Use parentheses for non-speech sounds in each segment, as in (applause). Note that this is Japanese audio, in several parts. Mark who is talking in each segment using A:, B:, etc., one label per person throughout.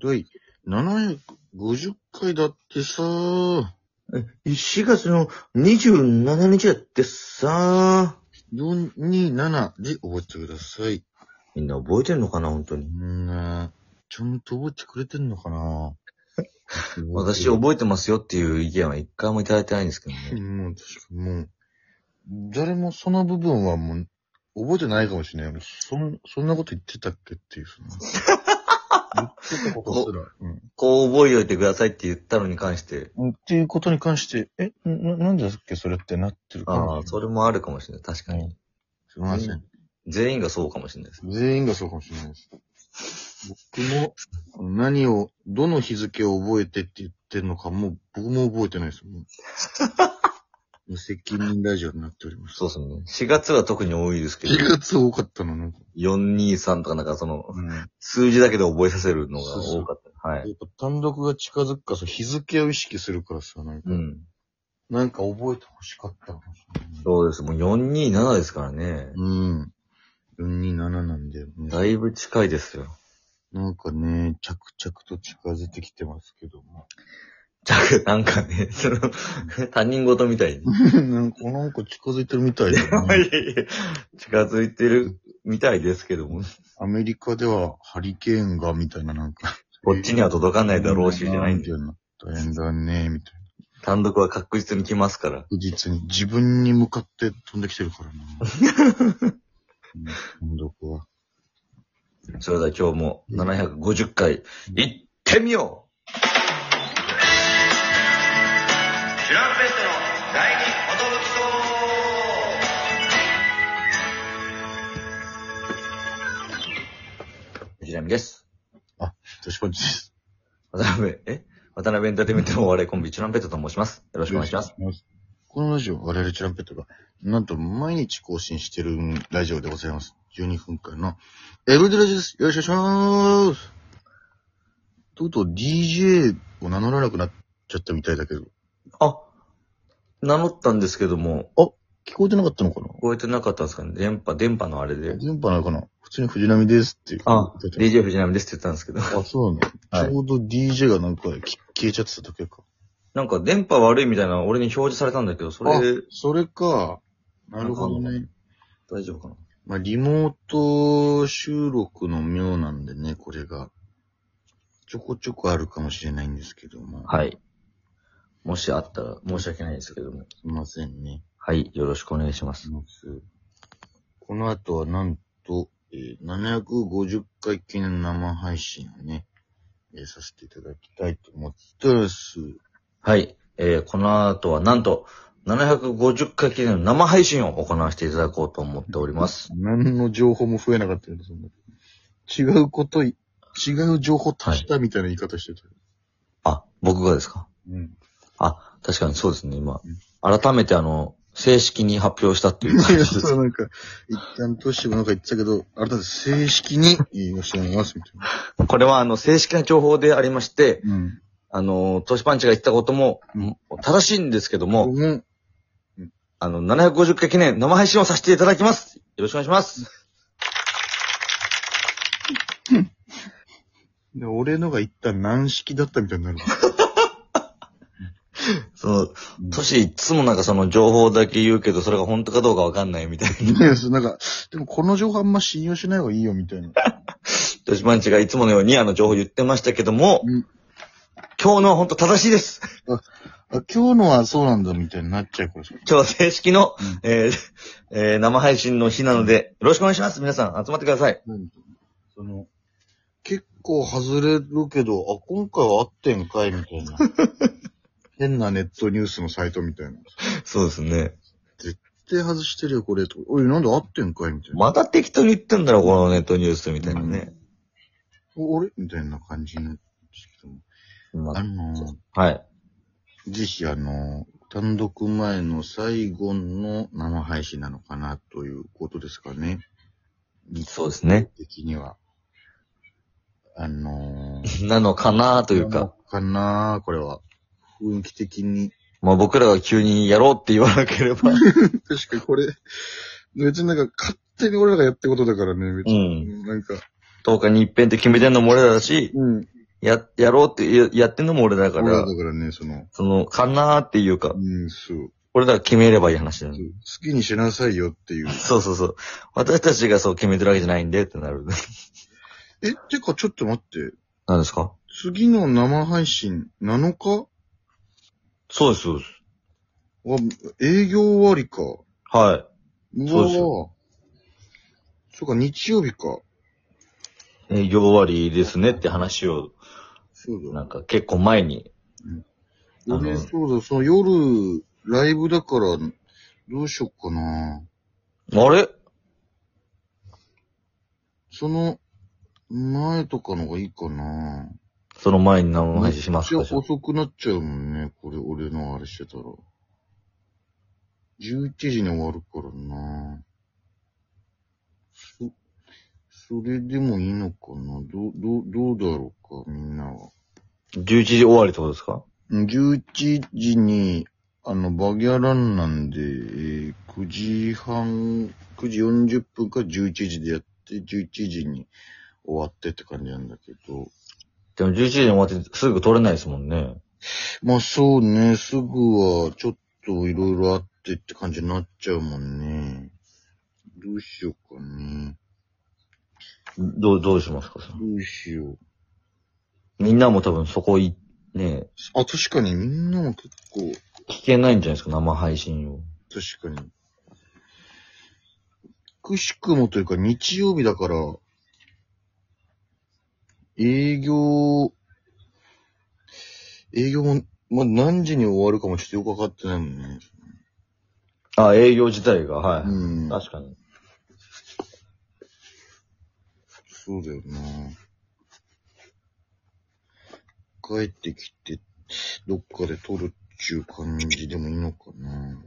A: 第750回だってさー。
B: 4月の27日だってさ
A: 427で覚えてください。
B: みんな覚えてんのかな、本当
A: う
B: に。
A: んね。ちゃんと覚えてくれてんのかな
B: (laughs) 私覚えてますよっていう意見は一回もいただいてないんですけど
A: えて
B: ね。
A: もう、確かにもう、誰もその部分はもう、覚えてないかもしれない。そん、そんなこと言ってたっけっていう、そ
B: (laughs)
A: の。言ってたことすら。うん
B: こう覚えておいてくださいって言ったのに関して。
A: うんっていうことに関して、え、な、なんだっけそれってなってるか
B: ああ
A: も、し
B: それもあるかもしれない。確かに。
A: れない。すいま
B: 全員がそうかもしれないです。
A: せん。全員がそうかもしれないです。僕も、あの何を、どの日付を覚えてって言ってるのかも、僕も覚えてないです
B: (laughs)
A: もん。無責任ラジオになっております。
B: そうですね。4月は特に多いですけど、
A: 4月多かったのなんか。
B: 423とかなんかその、
A: うん。や
B: 数字だけで覚えさせるのが多かった。は
A: っ
B: い。
A: ぱ単独が近づくから、そう日付を意識するからさ、なんか、
B: うん。
A: なんか覚えてほしかったのかもしれない。
B: そうです。もう427ですからね。
A: うん。427なんだよね。
B: だいぶ近いですよ。 (laughs)
A: なんかね、着々と近づいてきてますけど
B: (laughs)
A: も。
B: じゃあ、なんかね、その、他人事みたいに。
A: なんか、なんか近づいてるみたいだ
B: いや
A: ね。
B: いやいや近づいてるみたいですけども、
A: アメリカではハリケーンが、みたいななんか。
B: こっちには届かないだろうし、じゃないん
A: み
B: で
A: た。いな。大変だね、みたいな。確
B: 単独は確実に来ますから。
A: 実に自分に向かって飛んできてるからな。うん単独は。
B: それでは今日も750回、行ってみようチュランペットの第二き藤波です。
A: 確かにです。
B: 渡辺、え渡辺エンターテインメントのお笑いコンビ、チュランペットと申します。よろしくお願いします。
A: お願いします。このラジオ、我々チュランペットが、なんと毎日更新してるラジオでございます。12分間の、エブリデイラジオです。よろしくお願いします。とうとう DJ を名乗らなくなっちゃったみたいだけど、
B: あ、名乗ったんですけども、
A: 聞こえてなかったのか
B: 聞こえてなかったんですかね電波、電波のあれ
A: な
B: で。
A: 電波なのかな普通に藤波ですって。
B: あ、
A: 出て
B: DJ 藤波ですって言ったんですけど。 (laughs)
A: るあ、そうなの、
B: はい
A: ちょうど DJ がなんかき消えちゃってただけか。
B: なんか電波悪いみたいなの俺に表示されたんだけど、そ
A: あ
B: れ、、
A: それか。なるほどね。
B: 大丈夫かな
A: まあ、リモート収録の妙なんでね、これが。ちょこちょこあるかもしれないんですけども。い。
B: はい。もしあったら申し訳ないですけども。
A: すいませんね。
B: はい、よろしくお願いします。
A: この後はなんと、えー750回記念生配信をね、えーさせていただきたいと思ってます。
B: はい、えー、この後はなんと、750回記念の生配信を行わせていただこうと思っております。
A: 何の情報も増えなかったけど、そんな。違うことい、違う情報足したみたいな言い方してた。
B: あ、僕がですか
A: うん。 (laughs)
B: あ、確かにそうですね、今
A: うん。
B: 改めてあの、正式に発表したっていう
A: い
B: 感
A: や、
B: (laughs) じです
A: そう、。なんか、一旦トッシュもなんか言ってたけど、あれだって正式に言いましてもらいます、みたいな。
B: これはあの、正式な情報でありまして、
A: うん。
B: あの、トシパンチが言ったことも
A: うん、
B: 正しいんですけども、
A: 僕も、
B: あの、750回記念生配信をさせていただきます。よろしくお願いします。
A: で俺のが一旦軟式だった (laughs) みたいになる。
B: その、トシいつもなんかその情報だけ言うけど、それが本当かどうかわかんないみたいな。
A: いや、そう、なんか、でもこの情報あんま信用しない方がいいよ、みたいな。
B: トシパンチがいつものようにあの情報言ってましたけども、
A: うん
B: 今日のは本当正しいです。
A: あ、今日のはそうなんだ、みたいになっちゃうからさ。
B: 今日は正式の
A: うん、
B: えーえー生配信の日なので、よろしくお願いします。皆さん集まってください。
A: なんだその、結構外れるけど、あ、今回は合ってんかい、みた
B: (laughs)
A: いな。変なネットニュースのサイトみたいな。
B: そうですね。
A: 手外してるよ、これ。とおい、なんで合ってんかいみたいな。
B: また適当に言ってんだろ、このネットニュースみたいなね。
A: おあれみたいな感じなんですけども。
B: ま
A: あの
B: あはい。
A: ー、ぜひあのー、単独前の最後の生配信なのかなということですかね。
B: そうですね。
A: 的には。あのー、
B: なのかなというか、。
A: かなーこれは。雰囲気的に。
B: まあ僕らが急にやろうって言わなけれ (laughs) ば、
A: 確かにこれ、別になんか勝手に俺らがやってことだからね、別
B: う
A: に。
B: ん。
A: なんか、
B: 10日に一遍って決めてんのも俺らだし、
A: うん。
B: や、やろうって、ややってんのも俺だか
A: 俺は
B: ら、
A: だからね、その、
B: その、かなーっていうか、
A: うん、そう。
B: 俺らが決めればいい話だ
A: そう
B: よ。
A: 好きにしなさいよっていう。
B: そうそうそう。私たちがそう決めてるわけじゃないんでってなる。
A: え、てかちょっと待って。
B: 何ですか
A: 次の生配信7日
B: そうです、そうです。
A: は、営業終わりか。
B: は
A: う
B: そう
A: わ
B: です
A: ぁ。そうか、日曜日か。
B: い。営業終わりですねって話を、
A: そう
B: な
A: だ。
B: んか結構前に。あの
A: 俺、そうだ、その夜、ライブだから、どうしよっかな
B: あれ
A: その、前とかのがいいかな
B: その前に生配信します
A: め
B: か
A: っちゃ遅くなっちゃうもんね、これ、俺のあれしてたら。11時に終わるからなそ、それでもいいのかなどう、どう、どうだろうか、みんなは。
B: 11時終わりってことですか
A: 11時に、あの、バギャランなんで、えー9時半、9時40分か11時でやって、11時に終わってって感じなんだけど。
B: でも11時に終わってすぐ取れないですもんね。
A: まあそうね、すぐはちょっといろいろあってって感じになっちゃうもんね。どうしようかね。
B: どう、どうしますかその
A: どうしよう。
B: みんなも多分そこい、ね、
A: あ、確かにみんなも結構、
B: 聞けないんじゃないですか生配信を。
A: 確かに。くしくもというか日曜日だから、営業、営業も、まあ、何時に終わるかもちょっとよくわかってないもんね。
B: あ、営業自体が、はい。
A: うん。
B: 確かに。
A: そうだよな。帰ってきて、どっかで撮るっちゅう感じでもいいのかな。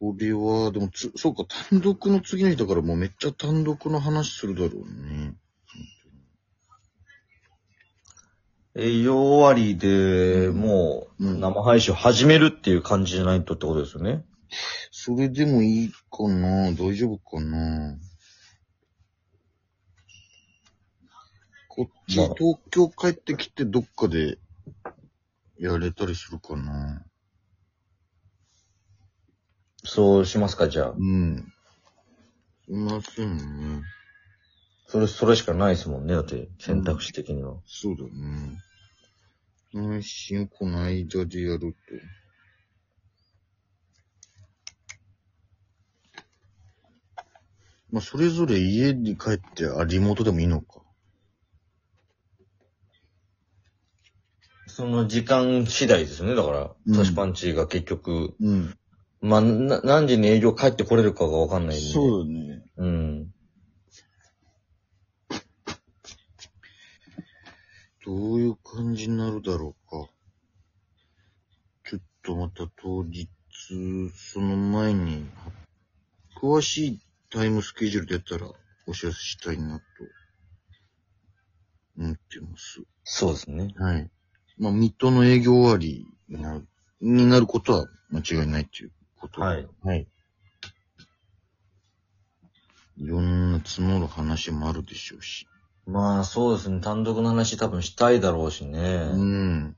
A: これは、でもつ、そうか、単独の次の日だからもうめっちゃ単独の話するだろうね。
B: 営業終わりで、も
A: う
B: う、
A: ん
B: 生配信を始めるっていう感じじゃないとってことですよね。
A: それでもいいかな大丈夫かなこっち、
B: まあ
A: 東京帰ってきてどっかでやれたりするかな
B: そうしますか、じゃあ。
A: うん。いませんね。
B: それ、それしかないですもんね、だって、選択肢的には。
A: そうだね。配信この間でやると。まあ、それぞれ家に帰って、あ、リモートでもいいのか。
B: その時間次第ですよね、だから
A: う。ん
B: トシパンチが結局、
A: うん。
B: まあ、な何時に営業帰ってこれるかがわかんないんで。
A: そうだね。
B: うん。
A: どういう感じになるだろうか。ちょっとまた当日、その前に、詳しいタイムスケジュール出たらお知らせしたいなと、思ってます。
B: そうですね。
A: はい。まあ、水戸の営業終わりになるになることは間違いないっていうことで。
B: はい。
A: はい。いろんな積もる話もあるでしょうし。
B: まあ、そうですね。単独の話多分したいだろうしね。
A: うん。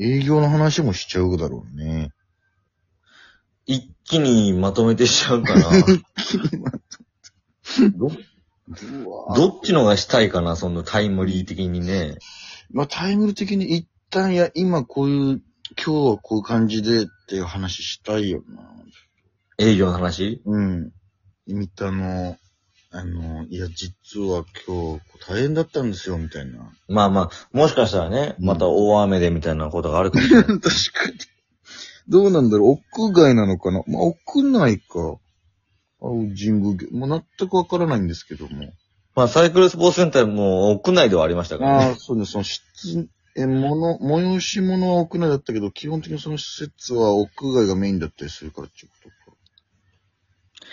A: 営業の話もしちゃうだろうね。
B: 一気にまとめてしちゃ
A: (laughs)
B: うかな。ど
A: うわ
B: どっちのがしたいかな、そのタイムリー的にね。
A: まあ、タイムル的に一旦、いや、今こういう、今日はこういう感じでっていう話したいよな。
B: 営業の話
A: うん。見たの、あの、いや、実は今日大変だったんですよ、みたいな。
B: まあまあ、もしかしたらね、
A: うん
B: また大雨でみたいなことがあるかもし
A: (laughs)
B: れな
A: (laughs) 確
B: い。
A: かに。どうなんだろう屋外なのかなまあ、屋内か。青神宮家。もう全くわからないんですけども。
B: まあ、サイクルスポーツセンターも屋内ではありましたから
A: ああ、
B: ね。
A: そうね、その室、え、もの、催し物は屋内だったけど、基本的にその施設は屋外がメインだったりするからっていうことか。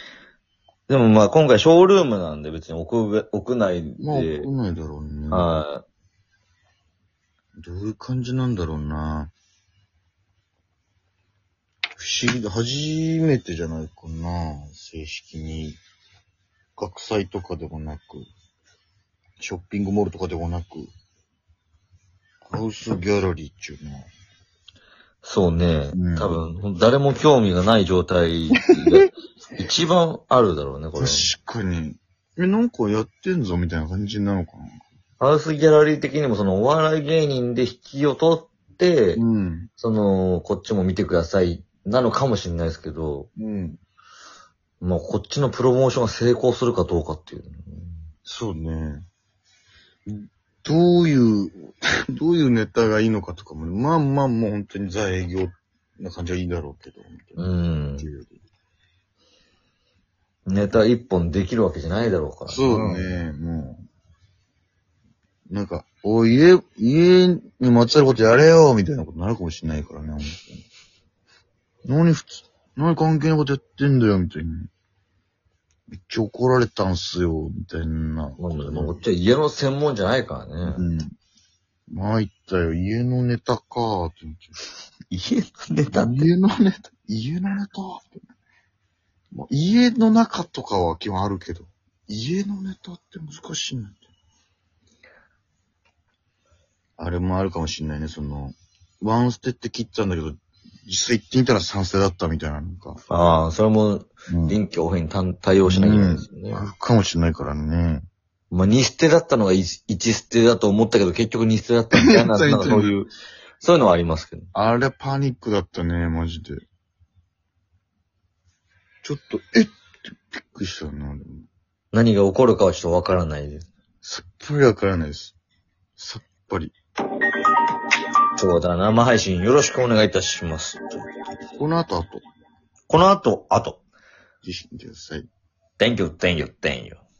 B: でもまあ、今回ショールームなんで別に屋外屋内
A: まあ、
B: で、
A: 屋内だろうね。
B: は
A: どういう感じなんだろうな。不思議だ。初めてじゃないかな。正式に。学祭とかでもなく。ショッピングモールとかではなく、ハウスギャラリーっていうのは。
B: そうね
A: うん。
B: 多分、誰も興味がない状態が (laughs) 一番あるだろうね、これ。
A: 確かに。え、なんかやってんぞみたいな感じなのかな。
B: ハウスギャラリー的にもそのお笑い芸人で引きを取って、
A: うん。
B: その、こっちも見てください、なのかもしれないですけど、
A: うん。
B: まあ、こっちのプロモーションが成功するかどうかっていう。
A: そうね。どう (laughs) いう、どういうネタがいいのかとかも、まあまあもう本当にザ営業な感じはいいだろうけど、みたいな。
B: うん
A: って。いうより
B: ネタ一本できるわけじゃないだろうから。
A: そう。ね、もう。なんか、お、家、家にまつわることやれよ、みたいなことになるかもしれないからね、本当に。何普通、何関係ないことやってんだよ、みたいな。めっちゃ怒られたんすよ、みたいな。
B: まあ、まあこっちは家の専門じゃないからね。
A: うん。参ったよ、家のネタかーって思っちゃ
B: 家のネタ
A: う家のネタ、家のネタって。まあ、家の中とかは基本あるけど、家のネタって難しいなって。あれもあるかもしんないね、その、ワンステって切ったんだけど、実際行ってみたら賛成だったみたいな、なんか。
B: ああ、それも
A: うん
B: 臨機応変に対対応しなきゃいけないですよね。
A: あるかもしんないからね。
B: まあ、2捨てだったのが 1, 捨てだと思ったけど、結局2捨てだったみたいな、
A: そ
B: (laughs) そうう
A: いう
B: いう、そういうのはありますけど。
A: あれパニックだったね、マジで。ちょっと、えっってびっくりしたな、でも。
B: 何が起こるかはちょっとわからないです。
A: さっぱりわからないです。さっぱり。
B: そうだ、生配信よろしくお願いいたします。
A: この後、後、
B: この後、後。
A: ぜひ見てください。
B: Thank you, thank you, thank you.